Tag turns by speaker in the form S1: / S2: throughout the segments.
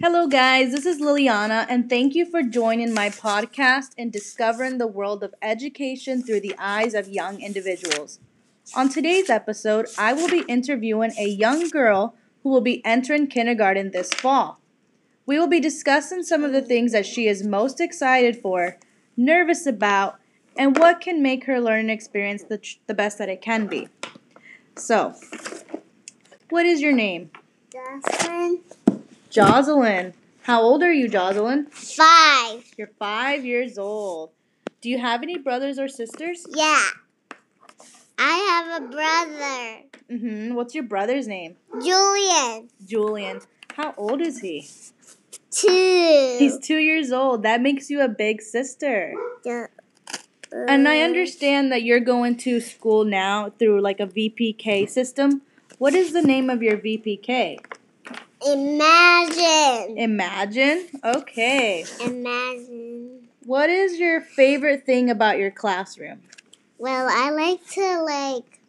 S1: Hello, guys. This is Liliana, and thank you for joining my podcast and discovering the world of education through the eyes of young individuals. On today's episode, I will be interviewing a young girl who will be entering kindergarten this fall. We will be discussing some of the things that she is most excited for, nervous about, and what can make her learning experience the, tr- the best that it can be. So, what is your name?
S2: Jocelyn.
S1: Jocelyn. How old are you, Jocelyn?
S2: Five.
S1: You're five years old. Do you have any brothers or sisters?
S2: Yeah. I have a brother,
S1: Mm-hmm. What's your brother's name?
S2: Julian.
S1: Julian. How old is he?
S2: Two.
S1: He's two years old. That makes you a big sister.
S2: Ju-
S1: And I understand that you're going to school now through like a VPK system. What is the name of your VPK?
S2: uh, Imagine.
S1: Imagine. Okay.
S2: Imagine.
S1: What is your favorite thing about your classroom?
S2: Well, I like to like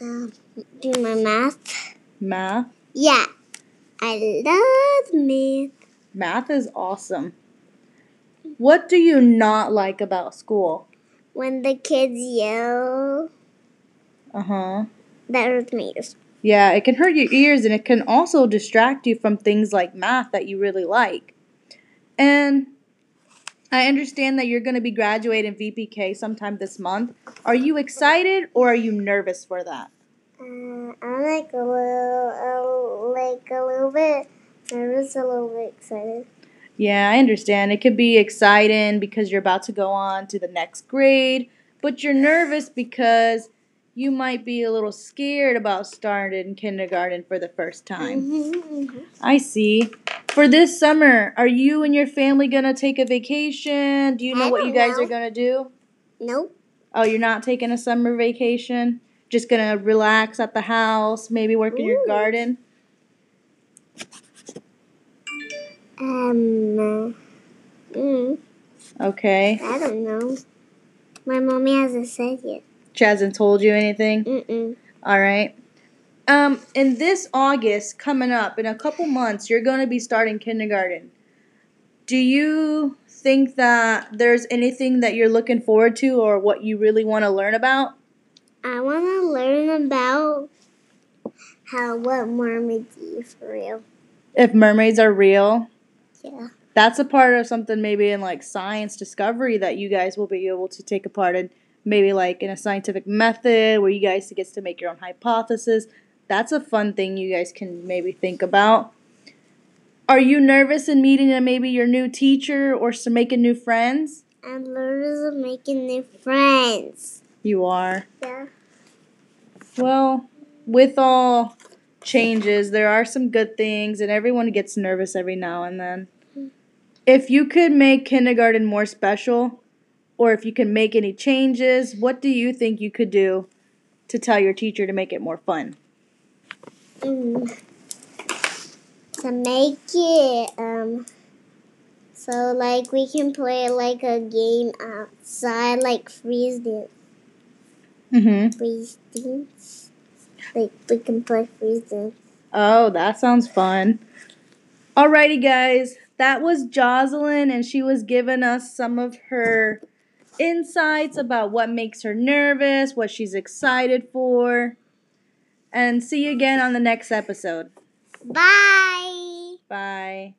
S2: um, do my math.
S1: Math.
S2: Yeah. I love math.
S1: Math is awesome. What do you not like about school?
S2: When the kids yell,
S1: Uh huh.
S2: that was me.
S1: Yeah, it can hurt your ears and it can also distract you from things like math that you really like. And I understand that you're going to be graduating VPK sometime this month. Are you excited or are you nervous for that?
S2: Uh, I'm like a little, uh, like a little bit nervous, a little bit excited.
S1: Yeah, I understand. It could be exciting because you're about to go on to the next grade, but you're nervous because you might be a little scared about starting kindergarten for the first time.
S2: Mm-hmm.
S1: I see. For this summer, are you and your family gonna take a vacation? Do you know
S2: I
S1: what
S2: don't
S1: you guys
S2: know.
S1: are gonna do?
S2: Nope.
S1: Oh, you're not taking a summer vacation? Just gonna relax at the house, maybe work in your
S2: Ooh.
S1: garden?
S2: Um. no. Mm,
S1: Okay.
S2: I don't know. My mommy hasn't said yet.
S1: She hasn't told you anything?
S2: Mm-mm.
S1: All right. Um, in this August coming up, in a couple months, you're gonna be starting kindergarten. Do you think that there's anything that you're looking forward to or what you really wanna learn about?
S2: I want to learn about how what mermaids eat for real.
S1: If mermaids are real,
S2: Yeah.
S1: that's a part of something maybe in like science discovery that you guys will be able to take a part in maybe like in a scientific method where you guys gets to make your own hypothesis that's a fun thing you guys can maybe think about are you nervous in meeting uh, maybe your new teacher or s- making new friends
S2: I'm nervous of making new friends.
S1: you are
S2: Yeah.
S1: Well, with all changes, there are some good things, and everyone gets nervous every now and then. If you could make kindergarten more special, or if you can make any changes, what do you think you could do to tell your teacher to make it more fun?
S2: Mm. To make it um so like we can play like a game outside like freeze dance
S1: Mm-hmm.
S2: freeze dance. Like we can play freeze dance.
S1: Oh, that sounds fun. Alrighty, guys. That was Jocelyn, and she was giving us some of her insights about what makes her nervous, what she's excited for. And see you again on the next episode.
S2: Bye
S1: Bye.